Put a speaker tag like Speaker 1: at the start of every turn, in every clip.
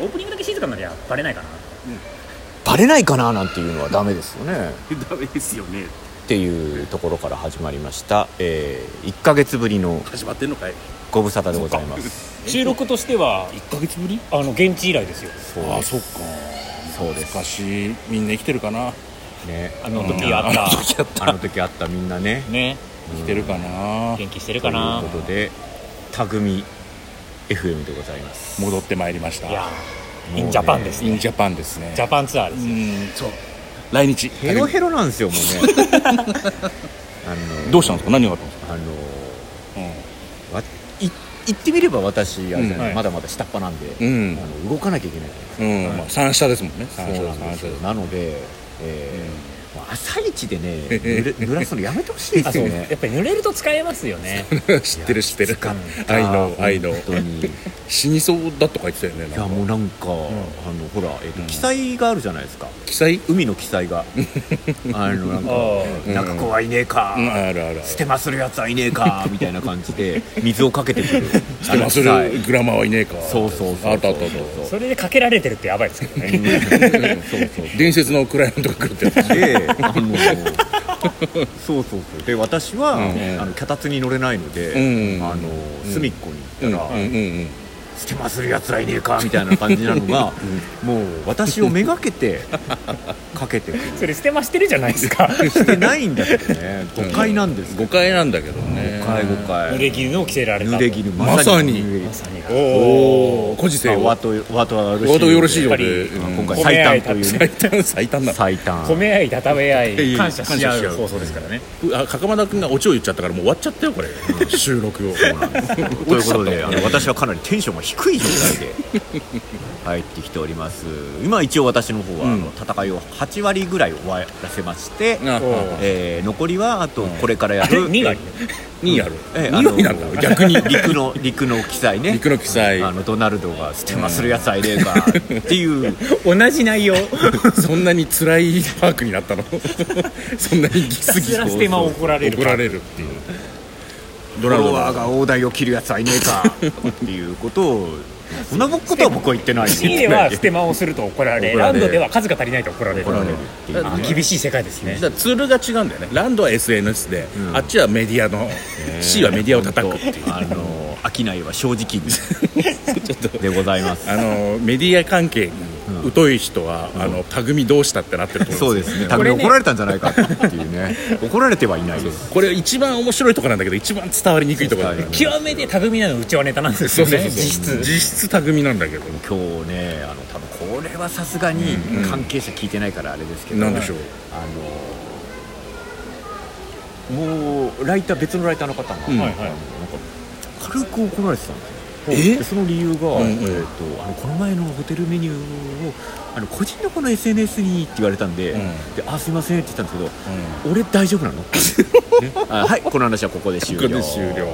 Speaker 1: オープニングだけ静かになりゃバレないかな
Speaker 2: バレないかななんていうのはダメですよね
Speaker 3: ダメですよね
Speaker 2: っていうところから始まりました、えー、1か月ぶりの
Speaker 3: 始まってんのかい
Speaker 2: ご無沙汰でございます
Speaker 1: 収録としては
Speaker 4: 1ヶ月ぶり
Speaker 1: あの現地以来ですよ
Speaker 2: そう
Speaker 4: ああ
Speaker 2: で
Speaker 4: そっか
Speaker 2: すそうです
Speaker 4: 昔みんな生きてるかな
Speaker 2: ね
Speaker 1: あの時あった
Speaker 4: やった
Speaker 2: あの時あったみんなね
Speaker 1: ね
Speaker 4: 生きてるかな
Speaker 1: 元気してるかな
Speaker 2: ということでたぐみ FM でございます
Speaker 4: 戻ってまいりました
Speaker 1: いや
Speaker 2: もう
Speaker 1: イ
Speaker 2: ね
Speaker 1: ンジャパンです
Speaker 4: イン
Speaker 1: ね
Speaker 4: ジャパンですね
Speaker 1: ジャパンツアーで
Speaker 4: う
Speaker 1: すよ
Speaker 4: んそう来日
Speaker 2: ヘロヘロなんですよもうねあの
Speaker 4: どうしたんですか何があったんですか
Speaker 2: あの
Speaker 4: う
Speaker 2: わい言ってみれば私あれじゃない
Speaker 1: うん
Speaker 2: まだまだ下っ端なんで、
Speaker 4: ん
Speaker 2: あの動かなきゃいけないじゃないですか
Speaker 4: うん、まあ、三下ですもんね
Speaker 2: そう
Speaker 4: 三下
Speaker 2: なんです
Speaker 4: 三下
Speaker 2: よ
Speaker 4: です
Speaker 2: なので、えーもう朝一で ね濡れ濡らすのやめてほしいで
Speaker 1: あ
Speaker 2: す
Speaker 1: そう
Speaker 2: よ
Speaker 1: やっ
Speaker 2: ね
Speaker 1: ぱり濡れると使えますよね
Speaker 4: 知ってる知ってる
Speaker 2: かった
Speaker 4: 愛の愛の
Speaker 2: 本当 にい
Speaker 4: 死にそうだとか言ってたよねな
Speaker 2: や
Speaker 4: んか
Speaker 2: もうなんか、あのほら、えっと記載があるじゃないですか
Speaker 4: 記載
Speaker 2: 海の記載 があのなん
Speaker 1: あ
Speaker 2: か
Speaker 1: ー
Speaker 2: なんか怖いねえか、
Speaker 4: うんあるあるある
Speaker 2: 捨てまするやつはいねえかみたいな感じで水をかけてくる
Speaker 4: 捨てます
Speaker 2: あの
Speaker 4: るグラマーはいねえか
Speaker 2: そうそうそう
Speaker 4: あったあったあっ
Speaker 2: そう
Speaker 1: それでかけられてるってやばいですけ どね
Speaker 2: うんそうそう
Speaker 4: た伝説のクライアントが来るってやつ
Speaker 2: で、あのそうそうそうで私は、
Speaker 4: うん
Speaker 2: あの脚立に乗れないので、
Speaker 4: うん
Speaker 2: あの隅っこに
Speaker 4: う
Speaker 2: 行
Speaker 4: ん
Speaker 2: っ
Speaker 4: う
Speaker 2: たら、
Speaker 4: んうん
Speaker 2: 捨てまするやつらいねえかみたいな感じなの が、もう私をめがけてかけてくる
Speaker 1: それ捨てましてるじゃないですか
Speaker 2: してないんだけど ね誤解なんです
Speaker 4: 誤解なんだけどね
Speaker 2: 誤解誤
Speaker 1: 濡れ
Speaker 2: 解
Speaker 1: 衣を着せられた
Speaker 2: 濡れ衣
Speaker 4: まさに
Speaker 2: 濡れ衣
Speaker 1: まさに
Speaker 4: おお故事性
Speaker 2: まあ
Speaker 4: を
Speaker 2: 和と和とはよろしい
Speaker 4: 和とよろしいよう
Speaker 1: や
Speaker 4: で
Speaker 1: っぱり
Speaker 4: うん
Speaker 2: 今回最短というね
Speaker 4: 最短最短だ
Speaker 2: 最短
Speaker 1: 褒め合いため合い
Speaker 4: や
Speaker 1: 感謝し合
Speaker 4: 感謝し合
Speaker 1: う
Speaker 4: う
Speaker 1: 放送ですからね
Speaker 4: あ袴田君がオチを言っちゃったからもう終わっちゃったよこれ 収 録を
Speaker 2: ということで、
Speaker 4: 落ちちゃった
Speaker 2: あの私はかなりテンションが低い状態で 入ってきております今一応私の方は、あの戦いを8割ぐらい終わらせまして、
Speaker 4: あ
Speaker 1: お
Speaker 2: えー残りはあとこれからや
Speaker 1: あれ
Speaker 2: る、
Speaker 1: 2割
Speaker 4: 2位ある
Speaker 2: えー
Speaker 4: 2位なん だ逆に
Speaker 2: 陸の陸の記載ね
Speaker 4: 陸の記載
Speaker 2: あのドナルドが捨てまするやつはいねえかっていう
Speaker 1: 同じ 内容
Speaker 4: そんなに辛いパークになったの そんなにギスギ
Speaker 1: ひたすら
Speaker 4: ス
Speaker 1: ステマを怒られる
Speaker 4: 怒られるっていう
Speaker 2: ド
Speaker 4: ラルドの
Speaker 2: ワーが大台を切るやつはいねえかっていうことをそんなことは僕は言ってないです
Speaker 1: シーでは捨て間をすると怒られ
Speaker 2: 怒ら
Speaker 1: ラ
Speaker 2: れ
Speaker 1: ンドでは数が足りないと怒られる
Speaker 2: 怒られるっていうね、
Speaker 1: あ厳しい世界ですね
Speaker 4: だからツールが違うんだよねランドは SNS で、
Speaker 2: ん
Speaker 4: あっちはメディアの C はメディアを叩くっていう
Speaker 2: あの商いは正直 にでございます
Speaker 4: あのメディア関係に疎い人は、あのタグミどうしたってなってると思
Speaker 2: そううんで
Speaker 4: ですよ
Speaker 2: すね。多分怒られたんじゃないかっていうね。 怒られてはいないです。
Speaker 4: これ一番面白いとこなんだけど一番伝わりにくいとこだね
Speaker 2: 伝わりにくい
Speaker 1: 極めてタグミなのうちはネタなんですよね実質
Speaker 4: 実質タグミなんだけど
Speaker 2: 今日ね、あの多分これはさすがに関係者聞いてないからあれですけど、
Speaker 4: なんでしょう
Speaker 2: あのもうライター別のライターの方が、
Speaker 4: ん
Speaker 2: なんか軽く怒られてたんですよ。でその理由が、
Speaker 4: うんうん
Speaker 2: えーとあのこの前のホテルメニューをあの個人のこの SNS にって言われたんで、
Speaker 4: ん
Speaker 2: であすいませんって言ったんですけど、俺大丈夫 なの、ねあはいこの話はここで終了
Speaker 4: ここで終了
Speaker 2: は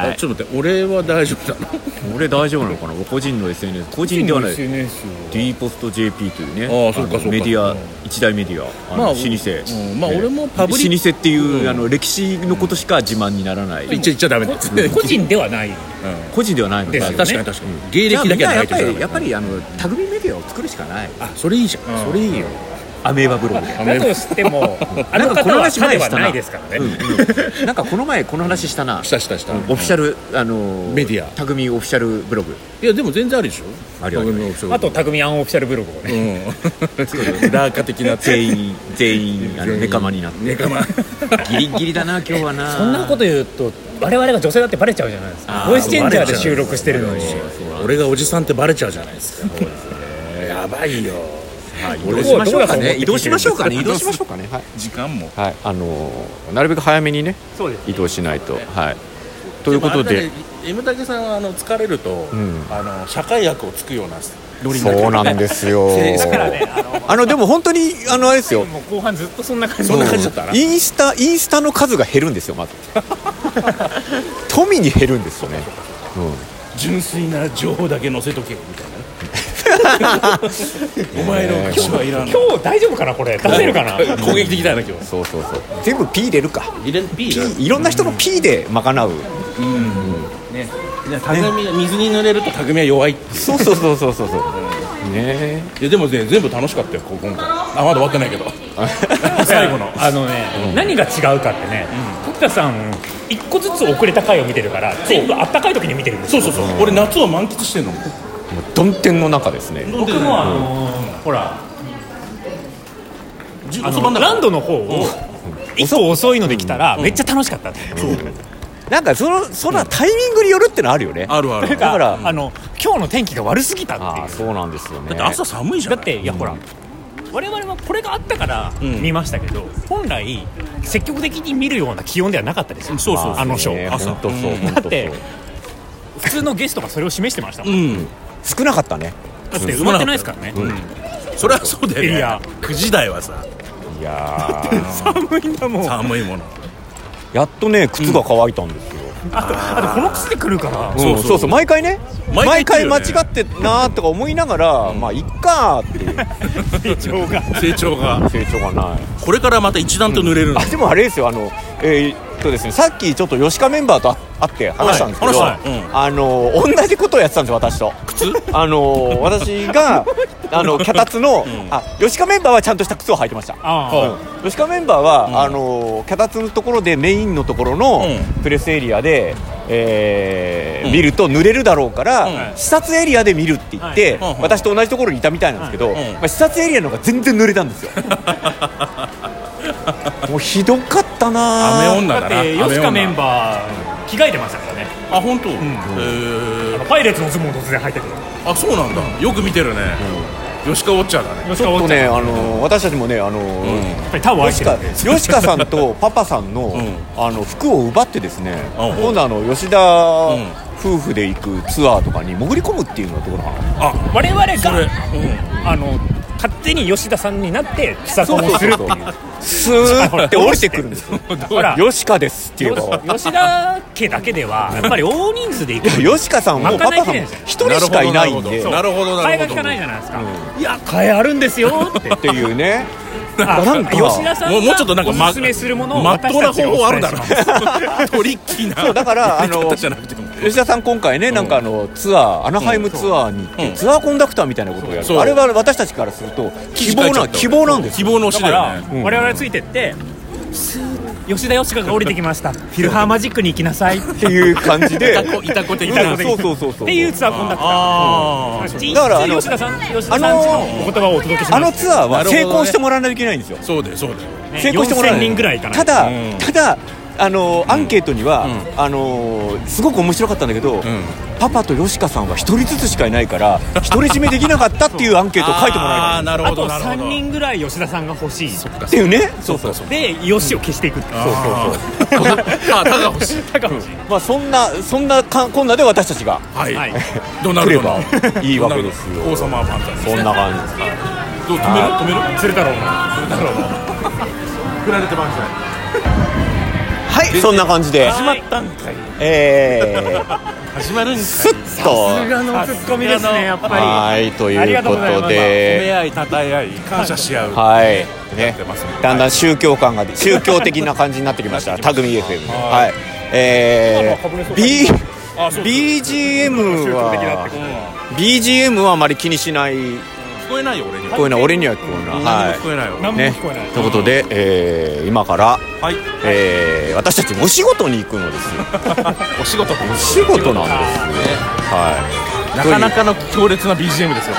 Speaker 4: あ
Speaker 2: い
Speaker 4: ちょっと待って俺は大丈夫だな
Speaker 2: 俺大丈夫なのかな俺個人の SNS 個人ではない
Speaker 1: SNS
Speaker 2: D ポスト JP というね
Speaker 4: ああそうか
Speaker 2: の
Speaker 4: そうか
Speaker 2: メディア一大メディアあの
Speaker 4: まあ
Speaker 2: 老舗、
Speaker 4: うんまあ俺もパブリッ
Speaker 2: 老舗っていう、あの歴史のことしか自慢にならない、
Speaker 4: 言っちゃ言っちゃダメだ、うん
Speaker 1: 個人ではない
Speaker 2: 個人ではないの
Speaker 1: ですよね
Speaker 4: 確かに確かに、芸歴だけは
Speaker 2: や
Speaker 4: な
Speaker 2: っ
Speaker 4: いと
Speaker 2: ぱ
Speaker 4: ダメ
Speaker 2: りやっぱりあのタグミメディアを作るしかない
Speaker 4: あそれいいじゃん、それいいよ
Speaker 2: アメーバブログで、
Speaker 1: だとしてもあの
Speaker 2: なんか
Speaker 1: 方
Speaker 2: こ
Speaker 1: は
Speaker 2: の話
Speaker 1: 他で
Speaker 2: 前
Speaker 1: は
Speaker 2: したな
Speaker 1: ないですからね
Speaker 2: うんうんなんかこの前この話した な、
Speaker 4: したしたした、
Speaker 2: オフィシャル、あのー
Speaker 4: メディア
Speaker 2: タグミオフィシャルブログ
Speaker 4: いやでも全然ありでしょ
Speaker 2: ありありあり
Speaker 1: あとタグミアンオフィシャルブログを
Speaker 4: う
Speaker 1: ね
Speaker 4: んラーカ的な
Speaker 2: 全員全員あのネカマになって
Speaker 4: ネカマ
Speaker 2: ギリギリだな今日はな
Speaker 1: そんなこと言うと我々が女性だってバレちゃうじゃないですか
Speaker 2: あー
Speaker 1: ボイスチェンジャーで収録してるのに
Speaker 4: 俺がおじさんってバレちゃうじゃないですかやばいよ
Speaker 2: はい移動しましょうかね移
Speaker 1: ど
Speaker 2: 動
Speaker 1: う
Speaker 2: しましょうかね
Speaker 4: どう
Speaker 2: 移動しましょうかねはい、
Speaker 4: 時間も
Speaker 2: あのーなるべく早めにね
Speaker 1: そうです
Speaker 2: 移動しないと、はいということで
Speaker 4: もあれだね M 竹さんはあの疲れると、
Speaker 2: ん
Speaker 4: あの社会役をつくようなノリになる
Speaker 2: そうなんです よ
Speaker 1: だからねあの
Speaker 2: あのでも本当にあのあれですよ
Speaker 1: もう後半ずっとそんな感じ
Speaker 4: そんな感じだったな
Speaker 2: インスタインスタの数が減るんですよ まず富に減るんですよね
Speaker 4: 純粋な情報だけ載せとけみたいなねお前の口はいらんの
Speaker 1: 今日大丈夫かなこれ出せるかな
Speaker 4: 攻撃的だよな今日
Speaker 2: そうそうそう全部 P 入れるか
Speaker 4: 入れる P が
Speaker 2: P いろんな人の P で賄う
Speaker 4: ねタグミ水に濡れるとタグミは弱いって
Speaker 2: そうそうそうそうそうそうね
Speaker 4: いやでもね全部楽しかったよこ今回あまだ終わってないけど
Speaker 1: 最後のあのね、何が違うかってね角田さん一個ずつ遅れた回を見てるから全部あったかい時に見てるんです
Speaker 4: そう
Speaker 1: よ
Speaker 4: そうそう、俺夏を満喫してんの
Speaker 2: もう曇天の中ですね
Speaker 1: 僕もあのーほら
Speaker 4: じ
Speaker 1: あ
Speaker 4: 遅番
Speaker 1: の
Speaker 4: だ
Speaker 1: ランドの方をいつも遅いので来たらめっちゃ楽しかったって
Speaker 2: なんかそのそんなタイミングによるってのあるよね
Speaker 4: あるある
Speaker 1: だ
Speaker 2: だ
Speaker 1: か
Speaker 2: からら
Speaker 1: あの今日の天気が悪すぎたって
Speaker 2: あ
Speaker 1: い
Speaker 2: あ
Speaker 1: う
Speaker 2: そうなんですよね
Speaker 4: だって朝寒いじゃ
Speaker 1: だ
Speaker 4: ん
Speaker 1: っていやほら我々はこれがあったから
Speaker 4: ん
Speaker 1: 見ましたけど、本来積極的に見るような気温ではなかったですよ
Speaker 4: そうそうそう
Speaker 1: あのショー、
Speaker 2: ね
Speaker 4: 朝
Speaker 2: ほんとそう、
Speaker 4: うん
Speaker 2: ほんとそう
Speaker 1: だって普通のゲストがそれを示してましたもん、
Speaker 4: うん
Speaker 2: 少なかったね
Speaker 1: だって埋まってないですからね、
Speaker 4: それはそうだよね
Speaker 1: いや
Speaker 4: 9時台はさ
Speaker 2: いやー
Speaker 1: 寒いんだもんあ
Speaker 4: 寒いもの
Speaker 2: やっとね靴が乾いたんですよ、
Speaker 1: とあとこの靴で来るから、
Speaker 2: うん
Speaker 4: そうそう
Speaker 2: そうそう毎回ね
Speaker 4: 毎
Speaker 2: 毎
Speaker 4: 回
Speaker 2: 回
Speaker 4: 言
Speaker 2: 間
Speaker 4: っ
Speaker 2: 違
Speaker 4: てる
Speaker 2: っ
Speaker 4: よね
Speaker 2: てんなーとか思いながら、まあいっかーっていう
Speaker 1: 成長が
Speaker 4: 成長 が
Speaker 2: 成長がない
Speaker 4: これからまた一段と濡れるの
Speaker 2: あでもあれですよあのえーっとですねさっきちょっと吉川メンバーと会って話したんですけど、
Speaker 4: はい話したね
Speaker 2: あの同じことをやってたんですよ私と
Speaker 4: 靴
Speaker 2: あの私 があの脚立の、あ吉川メンバーはちゃんとした靴を履いてました
Speaker 1: あ
Speaker 2: うん吉川メンバーは、あの脚立のところでメインのところの
Speaker 4: う
Speaker 2: プレスエリアで、えー
Speaker 4: うん
Speaker 2: 見ると濡れるだろうから、
Speaker 4: うん
Speaker 2: 視察エリアで見るって言って、
Speaker 4: はい
Speaker 2: 私と同じところにいたみたいなんですけど、
Speaker 4: いうん
Speaker 2: まあ、視察エリアの方が全然濡れたんです よもうひどかったな
Speaker 4: 雨
Speaker 1: あ
Speaker 4: 女
Speaker 1: だっ
Speaker 4: だな
Speaker 1: て
Speaker 4: 雨
Speaker 1: 吉
Speaker 4: 女
Speaker 1: 川メンバー着替えてましたからね
Speaker 4: あ本当。へ
Speaker 1: あ
Speaker 4: え
Speaker 1: のパイレーツのズボンを突然履いてくる
Speaker 4: あそうなんだよく見てるね吉川ウォッチャーだね
Speaker 1: 吉
Speaker 2: ち
Speaker 1: 川
Speaker 2: ょっ
Speaker 1: お
Speaker 2: と
Speaker 1: っちゃん
Speaker 2: ね、
Speaker 1: や
Speaker 2: あの私たちもね、あの
Speaker 1: っぱりタオル愛し
Speaker 2: 吉
Speaker 1: てる
Speaker 2: 川
Speaker 1: んで
Speaker 2: 吉川さんとパパさんの,、
Speaker 4: ん
Speaker 2: あの服を奪ってですね
Speaker 4: あ
Speaker 2: 今度あの吉田夫婦で行くツアーとかに潜り込むっていうのはどうなの
Speaker 4: あ
Speaker 1: 我々
Speaker 4: それ
Speaker 1: があの勝手に吉田さんになって草コンをするっていう
Speaker 2: スーって降りてくるんですよ
Speaker 1: ほら
Speaker 2: 吉川ですっていうのを
Speaker 1: 吉田家だけではやっぱり大人数で行く
Speaker 2: 吉川さんもパパさんも一人しかいないんで
Speaker 4: そうなるほどなる
Speaker 1: 替
Speaker 4: ほど
Speaker 1: えが効かないじゃないですか、いや替えあるんですよ って
Speaker 2: っていうね
Speaker 1: あ
Speaker 2: なんか
Speaker 1: 吉田さん
Speaker 4: もうもう
Speaker 1: が
Speaker 4: ちょっとなんか
Speaker 1: お
Speaker 4: ま
Speaker 1: 勧めするものを
Speaker 4: まっとう
Speaker 1: 私た
Speaker 4: な方
Speaker 1: ちがお
Speaker 4: 法ある
Speaker 1: 伝え
Speaker 4: だ
Speaker 1: し
Speaker 4: ろ
Speaker 1: ます
Speaker 4: トリッキーな
Speaker 2: そうだからあ
Speaker 4: 出
Speaker 2: の
Speaker 4: 方じゃなくても
Speaker 2: 吉田さん今回ねなんかあのツアーアナハイムツアーに行って
Speaker 4: うん
Speaker 2: ツアーコンダクターみたいなことをや
Speaker 4: そう
Speaker 2: るあれは私たちからすると希望な希望なんです
Speaker 4: 希
Speaker 2: よ
Speaker 4: 望の推
Speaker 1: だ
Speaker 4: しだ
Speaker 1: か
Speaker 4: よ
Speaker 1: ら
Speaker 4: ね
Speaker 1: 我々ついてってスーッ吉田吉川が降りてきま したフィルハーマジックに行きなさいっ
Speaker 2: っていう感じで
Speaker 4: いたこ的
Speaker 1: な
Speaker 2: うんそうそうそうそう
Speaker 1: ていうツアーコンダクター
Speaker 4: ああ
Speaker 1: 実
Speaker 2: だからあ
Speaker 1: 質
Speaker 2: の
Speaker 1: 吉田さん吉田さんのお言葉をお届けし
Speaker 2: あ
Speaker 1: ま
Speaker 2: の
Speaker 1: す
Speaker 2: ツアー
Speaker 4: な
Speaker 2: は
Speaker 4: るほど
Speaker 2: 成
Speaker 4: ね
Speaker 2: 功してもらわないといけないんですよ
Speaker 4: そうだよそうだよ
Speaker 1: ね
Speaker 2: 成功してもらわ
Speaker 1: 4000人ぐらいいかない
Speaker 2: た
Speaker 1: と
Speaker 2: だ、
Speaker 4: うん
Speaker 2: ただあのーアンケートには、あのーすごく面白かったんだけど、パパとヨシカさんは一人ずつしかいないから独り占めできなかったっていうアンケートを書いても
Speaker 4: あ
Speaker 2: ら
Speaker 4: あ
Speaker 2: え
Speaker 4: なる
Speaker 1: あ
Speaker 4: ほ
Speaker 1: と
Speaker 4: どなるほど
Speaker 1: 3人ぐらい吉田さんが欲しい
Speaker 2: たっていうねそうそうそう
Speaker 1: でよしを消していくってそう
Speaker 4: あーあただ欲しい
Speaker 1: 高橋
Speaker 2: まあそんなそんなかこんなで私たちが
Speaker 4: はい、
Speaker 1: はい
Speaker 4: ドナルドの
Speaker 2: 来ればいいわけですよ
Speaker 4: 王様はファンタジ
Speaker 2: そん
Speaker 4: ー
Speaker 2: な感じですね
Speaker 4: どう止める止める
Speaker 1: 鶴太郎の
Speaker 4: 振られてました
Speaker 2: はいそんな感じで
Speaker 4: 始まったんかい
Speaker 2: えー、
Speaker 4: 始まるんかい
Speaker 2: スッと
Speaker 1: 裏のツッコミですねやっぱり
Speaker 2: はいと
Speaker 1: あ
Speaker 2: い
Speaker 1: り
Speaker 2: う
Speaker 1: がと
Speaker 2: こ
Speaker 1: うございます
Speaker 2: とで
Speaker 4: 合いたたえ合い感謝し合う
Speaker 2: はい、ね
Speaker 4: ってますね、
Speaker 2: だんだん宗教感が宗教的な感じになってきました。タグミ FM。はい、えー、B
Speaker 4: あそう
Speaker 2: BGM は BGM はあまり気にしない。
Speaker 4: 聞こえないよ俺には
Speaker 2: こういうのは俺にはこういうのは
Speaker 4: 何も聞
Speaker 2: は
Speaker 4: こえないよ
Speaker 1: 何
Speaker 2: い。
Speaker 1: も
Speaker 2: ね
Speaker 1: 聞こえない、
Speaker 2: ということで、えー、今から、
Speaker 4: はい
Speaker 2: えー、私たちお仕事に行くのですよ。
Speaker 4: お仕事
Speaker 2: お仕事なんですね。はい。
Speaker 4: なかなかの強烈な BGM ですよ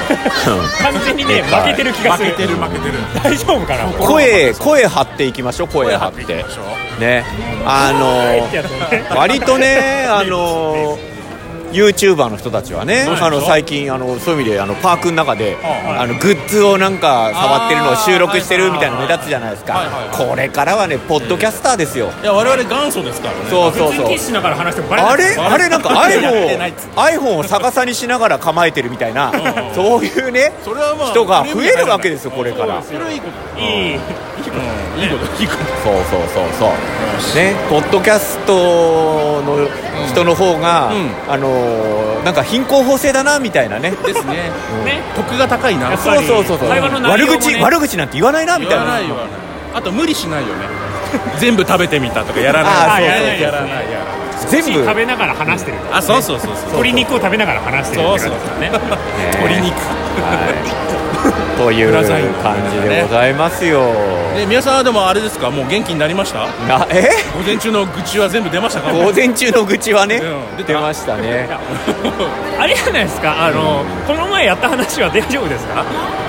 Speaker 2: とい う。
Speaker 1: 完全にね負けてる気がす
Speaker 4: 負
Speaker 1: る
Speaker 4: けてる負けてる
Speaker 1: 大丈夫かな
Speaker 2: 声声張っていきましょう。声張って。ね。あのー
Speaker 1: ってやつね
Speaker 2: 割とね、あのユーチューバーの人たちはね、あの最近あのそういう意味であのパークの中で、あのグッズをなんか触ってるのを収録してるみたいなの目立つじゃないです
Speaker 4: はいはい
Speaker 2: か。これからはね、ポッドキャスターですよ。
Speaker 4: いや我々元祖ですからね
Speaker 2: そうそ
Speaker 1: 普
Speaker 2: う
Speaker 1: 通
Speaker 2: そ
Speaker 1: に
Speaker 2: う
Speaker 1: キ。しながら話してもバレない
Speaker 2: あれあれなんか iPhone
Speaker 4: っつ
Speaker 2: iPhone を逆さにしながら構えてるみたいなそういうね
Speaker 4: それはまあ
Speaker 2: 人が増えるわけですよこれから
Speaker 4: それはいいことだよ
Speaker 1: いい
Speaker 4: うんいいこといいこと
Speaker 2: そうそうそうそうねポッドキャストの人の方が、
Speaker 4: うん
Speaker 2: あのーなんか貧困法制だなみたいなね
Speaker 4: ですね
Speaker 1: ね
Speaker 4: 得が高いな
Speaker 1: やっぱ
Speaker 2: そう
Speaker 1: り
Speaker 2: そうそうそう
Speaker 1: 会話の内
Speaker 2: 悪
Speaker 1: 容もね
Speaker 2: 口悪口なんて言わないなみ
Speaker 4: 言
Speaker 2: たい
Speaker 4: わ
Speaker 2: な
Speaker 4: ない言わないあと無理し ないよね全部食べてみたとかやら
Speaker 2: あー
Speaker 4: ない
Speaker 2: そう
Speaker 1: そうそう
Speaker 4: やらないやらない
Speaker 2: 全
Speaker 1: 少し
Speaker 2: 部
Speaker 1: 食べながら話してる
Speaker 4: あそうそうそうそう
Speaker 1: 鶏肉を食べながら話してる
Speaker 4: そ
Speaker 1: っ
Speaker 4: う
Speaker 1: て
Speaker 4: そう
Speaker 1: 感じですね
Speaker 4: 鶏肉
Speaker 2: はい、という
Speaker 4: 裏サイン
Speaker 2: 感じでございますよ、
Speaker 4: ね、皆さんはでもあれですかもう元気になりました
Speaker 2: なえ
Speaker 4: 午前中の愚痴は全部出ました か
Speaker 2: 午前中の愚痴はね、
Speaker 4: うん出た
Speaker 2: 出ましたね
Speaker 1: あれじゃないですかあの、この前やった話は大丈夫ですか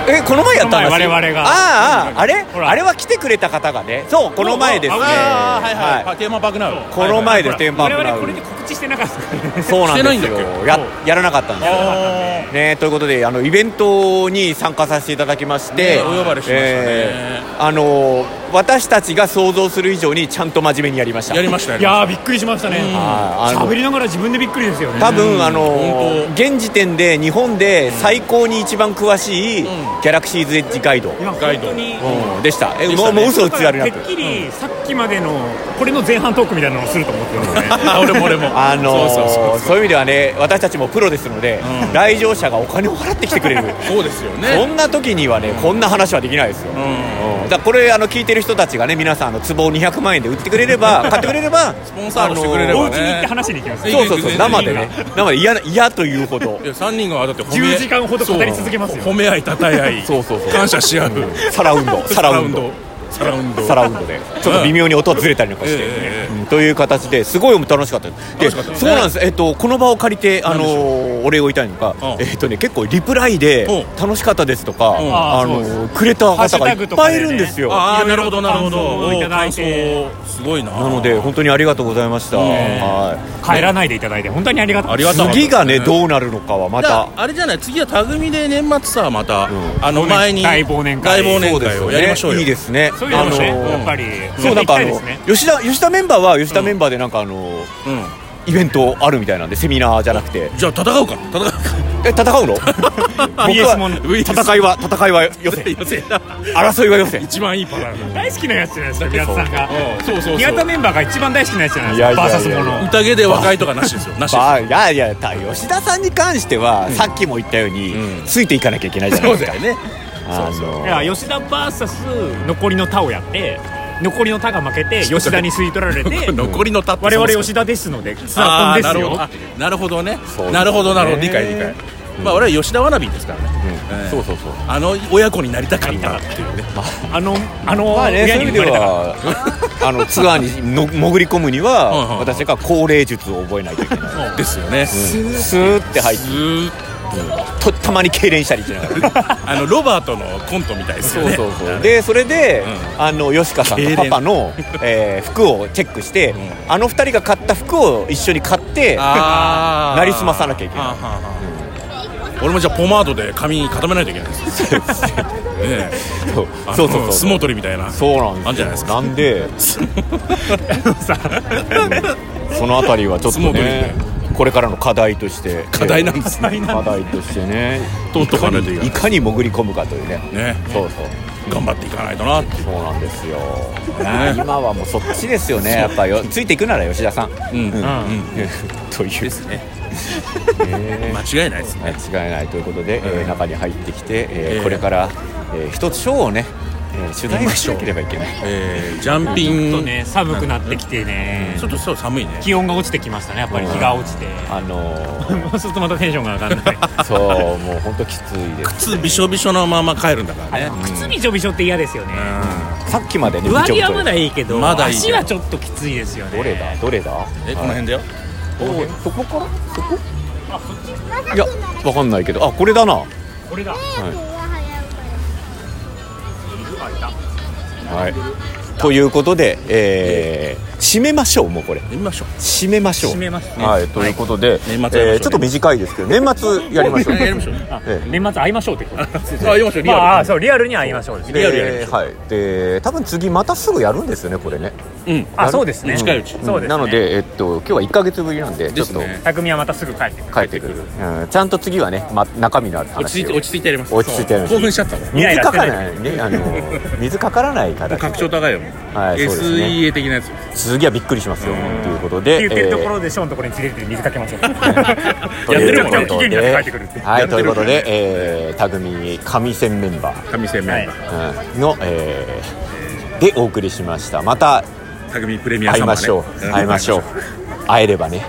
Speaker 2: えこの前やったんです
Speaker 1: この前我々が
Speaker 2: ああああれ
Speaker 1: ほら
Speaker 2: あれは来てくれた方がねそうこの前ですね
Speaker 4: あーはいはい、
Speaker 2: は
Speaker 4: テーマパークナウ
Speaker 2: この前で
Speaker 1: ほら
Speaker 2: テンパアップ
Speaker 1: 我
Speaker 2: な
Speaker 1: 々これで告知してなかったからね
Speaker 2: いそうなんですよ
Speaker 4: してないんだっけ
Speaker 2: ややらなかったんですよ
Speaker 4: あ
Speaker 2: ね、ということであのイベントに参加させていただきまして、
Speaker 4: ねお呼ばれしましたね
Speaker 2: あの私たちが想像する以上にちゃんと真面目にやりました
Speaker 4: ーやりましたよ
Speaker 1: いやーびっくりしましたね
Speaker 2: はいあの
Speaker 1: 喋りながら自分でびっくりですよね
Speaker 2: 多分あの
Speaker 4: 本
Speaker 2: 現時点で日本で最高に一番詳しいギャラクシーズエッジガイド、
Speaker 1: 今
Speaker 4: ガイ
Speaker 1: 本
Speaker 4: ド
Speaker 1: 当に
Speaker 2: うんでしたえ
Speaker 4: でし
Speaker 2: も
Speaker 4: たね
Speaker 2: うもう嘘をつやりな
Speaker 1: て
Speaker 2: く
Speaker 1: っきりさっきまでのこれの前半トークみたいなのをすると思ってたのね
Speaker 4: あ俺も俺も
Speaker 2: あのー
Speaker 4: そうそうそう
Speaker 2: そういう意味ではね私たちもプロですので、
Speaker 4: うん
Speaker 2: 来場者がお金を払ってきてくれ る
Speaker 4: そうですよ
Speaker 2: こ
Speaker 4: ね
Speaker 2: んな時にはねこんな話はできないですよ、
Speaker 4: うん
Speaker 2: だからこれあの聞いてる人たちがね皆さんあの壺を200万円で売ってくれれば 買ってくれればス
Speaker 4: ポンサードしてくれ れ
Speaker 1: お
Speaker 4: ば
Speaker 1: 家
Speaker 4: ね
Speaker 1: に行って話しに行きます
Speaker 4: い
Speaker 2: そうそうそう
Speaker 4: いい
Speaker 2: 生で
Speaker 4: いい
Speaker 2: ね生で嫌な嫌というほど
Speaker 4: いや3人がだって褒め合い
Speaker 1: 10時間ほど語り続けますよ
Speaker 4: そう褒め合いたたえ合い
Speaker 2: そうそうそう
Speaker 4: 感謝し合う
Speaker 2: サラウンド サラウンド
Speaker 4: サラウンド
Speaker 2: サラウンドでちょっと微妙に音はずれたりなんかして、
Speaker 4: ええ
Speaker 2: うんという形ですごい楽しかったですで
Speaker 4: 楽しかったです
Speaker 2: そう
Speaker 4: ね
Speaker 2: なんです、えっと、この場を借りて、あ
Speaker 4: 何
Speaker 2: の
Speaker 4: でしょ
Speaker 2: お礼を言いたいのが、
Speaker 4: うん
Speaker 2: えっとね、結構リプライで
Speaker 4: うん
Speaker 2: 楽しかったですとか、
Speaker 4: ん
Speaker 2: あ
Speaker 1: あーそう
Speaker 2: のくれた
Speaker 1: ハッシュ
Speaker 2: 方が
Speaker 1: タ
Speaker 2: い
Speaker 1: グ
Speaker 2: っ
Speaker 1: とか
Speaker 2: ぱい
Speaker 1: で
Speaker 2: い
Speaker 1: ね
Speaker 2: るんですよ。
Speaker 4: ああ
Speaker 1: い
Speaker 4: な
Speaker 1: ろい
Speaker 4: る
Speaker 1: ろ
Speaker 4: ほどなるほど
Speaker 1: 感想をいただいて
Speaker 4: お感想すごいな
Speaker 2: なので本当にありがとうございました。はい
Speaker 1: 帰らないでいただいて本当にありがたい
Speaker 4: ありがたい
Speaker 2: 次がねどうなるのかはま
Speaker 4: じゃ
Speaker 2: た
Speaker 4: ああれじゃない次はタグミで年末さまた、あの前に
Speaker 1: 大忘年会
Speaker 4: 大忘年
Speaker 2: そうです
Speaker 4: 会
Speaker 2: よ
Speaker 4: を
Speaker 2: ね
Speaker 4: やりましょうよ
Speaker 2: いいですね。
Speaker 1: そういうのもね、
Speaker 2: あのー
Speaker 1: やっぱり
Speaker 2: そうなんかあ
Speaker 1: やっていきたいで
Speaker 2: の
Speaker 1: すね
Speaker 2: 吉田吉田メンバーは吉田メンバーでなんかあのー
Speaker 4: うん
Speaker 2: イベントあるみたいなんでセミナーじゃなくて
Speaker 4: じゃあ戦うか戦うか
Speaker 2: え戦うの？僕
Speaker 1: VS もの
Speaker 2: は戦いは戦いは予 選
Speaker 4: 寄せ
Speaker 2: 争いは予選。
Speaker 4: 一番いいパターン
Speaker 1: 大好きなやつじゃないですか宮田さんが
Speaker 4: うんそうそう
Speaker 1: 宮
Speaker 4: そ
Speaker 1: 田
Speaker 4: う
Speaker 1: メンバーが一番大好きなやつじゃない
Speaker 2: いや
Speaker 1: で
Speaker 2: い
Speaker 1: すかバー
Speaker 2: や
Speaker 1: サ
Speaker 2: い
Speaker 1: ス
Speaker 2: や
Speaker 1: もの
Speaker 4: 宴で和解とかなしですよな しです
Speaker 2: まあいやいやた吉田さんに関してはさっきも言ったように
Speaker 4: うん
Speaker 2: ついていかなきゃいけないじゃないですか。
Speaker 4: ね
Speaker 2: あの
Speaker 1: いや
Speaker 2: ー
Speaker 1: 吉田バーサス残りの他をやって残りの他が負けて吉田に吸い取られて
Speaker 4: 残りのたって
Speaker 1: 我々
Speaker 4: そうそう
Speaker 1: 吉田ですのでツア
Speaker 4: あ
Speaker 1: ー
Speaker 4: ー
Speaker 1: コン
Speaker 4: な
Speaker 1: です
Speaker 4: るほ
Speaker 1: よ
Speaker 4: どあなるほどね
Speaker 2: そうですね
Speaker 4: なるほどなるほど理解理解まあ俺は吉田わなびですからねええ
Speaker 2: そうそうそう。
Speaker 4: あの親子になりたかったっていうね
Speaker 1: あのあの
Speaker 2: まあね、
Speaker 1: 親
Speaker 2: そう
Speaker 1: に
Speaker 2: いう意味
Speaker 1: 生
Speaker 2: で
Speaker 1: まれたから
Speaker 2: は あのツアーにの潜り込むに
Speaker 4: はいはいは
Speaker 2: はい私が高齢術を覚えないといけない
Speaker 4: ですよね
Speaker 2: スーって入って
Speaker 4: ずーっ
Speaker 2: とたまに痙攣したりしながら
Speaker 4: とあのロバートのコントみたいですよね
Speaker 2: そうでそれで、あの吉川さん
Speaker 4: 痙
Speaker 2: とパ
Speaker 4: 攣
Speaker 2: パの、えー服をチェックして、
Speaker 4: ん
Speaker 2: あの二人が買った服を一緒に買って
Speaker 4: あ ー
Speaker 2: なりすまさなきゃいけない
Speaker 4: はあはあはあ俺もじゃあポマードで髪固めないといけないですね
Speaker 2: そう
Speaker 4: え
Speaker 2: そうそうそ
Speaker 4: 相撲
Speaker 2: う
Speaker 4: 取りみたいな
Speaker 2: そうなん
Speaker 4: あん
Speaker 2: です
Speaker 4: じ
Speaker 2: よ
Speaker 4: ゃないですか
Speaker 2: なんで そのあたりはちょっと
Speaker 4: 相撲取り
Speaker 2: ね
Speaker 4: ね
Speaker 2: これからの課題として
Speaker 4: 課題なんですね
Speaker 2: えー課題としてね
Speaker 4: 取っとかないといけない
Speaker 2: いかに潜り込むかというね
Speaker 4: ね
Speaker 2: そうそう
Speaker 4: 頑張っていかないとなって
Speaker 2: そうなんですよ、
Speaker 4: ね
Speaker 2: 今はもうそっちですよねやっぱよついていくなら吉田さん、
Speaker 4: うん
Speaker 2: うん
Speaker 4: 間
Speaker 2: というですね
Speaker 4: 違いないです
Speaker 2: 間
Speaker 4: ね
Speaker 2: 違いないということで、えー中に入ってきて、えー
Speaker 4: えー
Speaker 2: これから、えー一つショーをね、えー取材をしなければいけ ない
Speaker 4: えージャンピ
Speaker 1: ちょっと
Speaker 4: ン
Speaker 1: ね寒くなってきてね
Speaker 4: ちょっとそう寒いね
Speaker 1: 気温が落ちてきましたねやっぱり日が落ちて
Speaker 2: あのー
Speaker 1: もうちょっとまたテンションが上がらない
Speaker 2: そうもう本当きついです
Speaker 4: 靴びしょびしょのまま帰るんだからね
Speaker 1: 靴びしょびしょって嫌ですよね
Speaker 2: さっきまでね
Speaker 1: 上
Speaker 2: 部
Speaker 1: 着は
Speaker 2: 長と
Speaker 1: まだいいけど
Speaker 4: まだいいけ
Speaker 1: 足
Speaker 4: ど
Speaker 1: はちょっときついですよね
Speaker 2: どれだどれだ
Speaker 4: えこの辺だよ
Speaker 2: おいそこからそこいやわかんないけどあこれだなは
Speaker 1: これだ
Speaker 2: いということで、えー締めましょうもうこれ
Speaker 4: 見ましょう
Speaker 2: 締めましょう
Speaker 1: 締めますね
Speaker 2: はいということで、
Speaker 4: 年末やりましょう
Speaker 2: えーちょっと短いですけど年末やりましょう
Speaker 4: やりましょう
Speaker 1: あ
Speaker 2: ええ
Speaker 1: 年末会いましょうってこと
Speaker 4: あやりましょうリアルに
Speaker 1: まああそうリアルに会いましょうですね
Speaker 2: で
Speaker 4: リアルやりま
Speaker 2: はいで多分次またすぐやるんですよねこれね
Speaker 4: うん
Speaker 1: あそうですね
Speaker 4: 近いうち
Speaker 1: そうですね
Speaker 2: なのでえっと今日は1か月ぶりなんでちょ
Speaker 4: で
Speaker 2: っ
Speaker 4: す
Speaker 2: と
Speaker 4: ね
Speaker 1: 匠はまたすぐ帰ってくる
Speaker 2: 帰ってくる、うん、ちゃんと次はね、ま、中身のある
Speaker 4: 落ち
Speaker 2: 話
Speaker 4: 着いて
Speaker 2: を
Speaker 4: 落ち着いてやります
Speaker 2: 落ち着いてやります
Speaker 4: 興奮しちゃったもん
Speaker 1: イライ
Speaker 2: 水
Speaker 1: ラ
Speaker 2: か
Speaker 1: して
Speaker 2: か
Speaker 1: ない
Speaker 2: ないねあの水かからない形
Speaker 4: 拡張高いよもう
Speaker 2: はいそうですね
Speaker 4: SEA 的なやつ
Speaker 2: 次はびっくりしますよということで
Speaker 1: 言ってるとこ
Speaker 2: えー
Speaker 1: ろでショーのところに連れてって水かけましょう
Speaker 2: と
Speaker 1: やってる
Speaker 2: いう
Speaker 1: もん
Speaker 2: こ
Speaker 1: ね
Speaker 2: と
Speaker 1: 期限になって帰ってくるって
Speaker 2: で、はい、
Speaker 4: やって
Speaker 2: という
Speaker 4: る
Speaker 2: ことで、えー、たぐみ神戦メンバー、
Speaker 4: 神製メンバ
Speaker 2: うんの、えーでお送りしましたまた
Speaker 4: ー匠プレミア
Speaker 2: 会い
Speaker 4: 様ね
Speaker 2: ましょう、会いましょう会えればね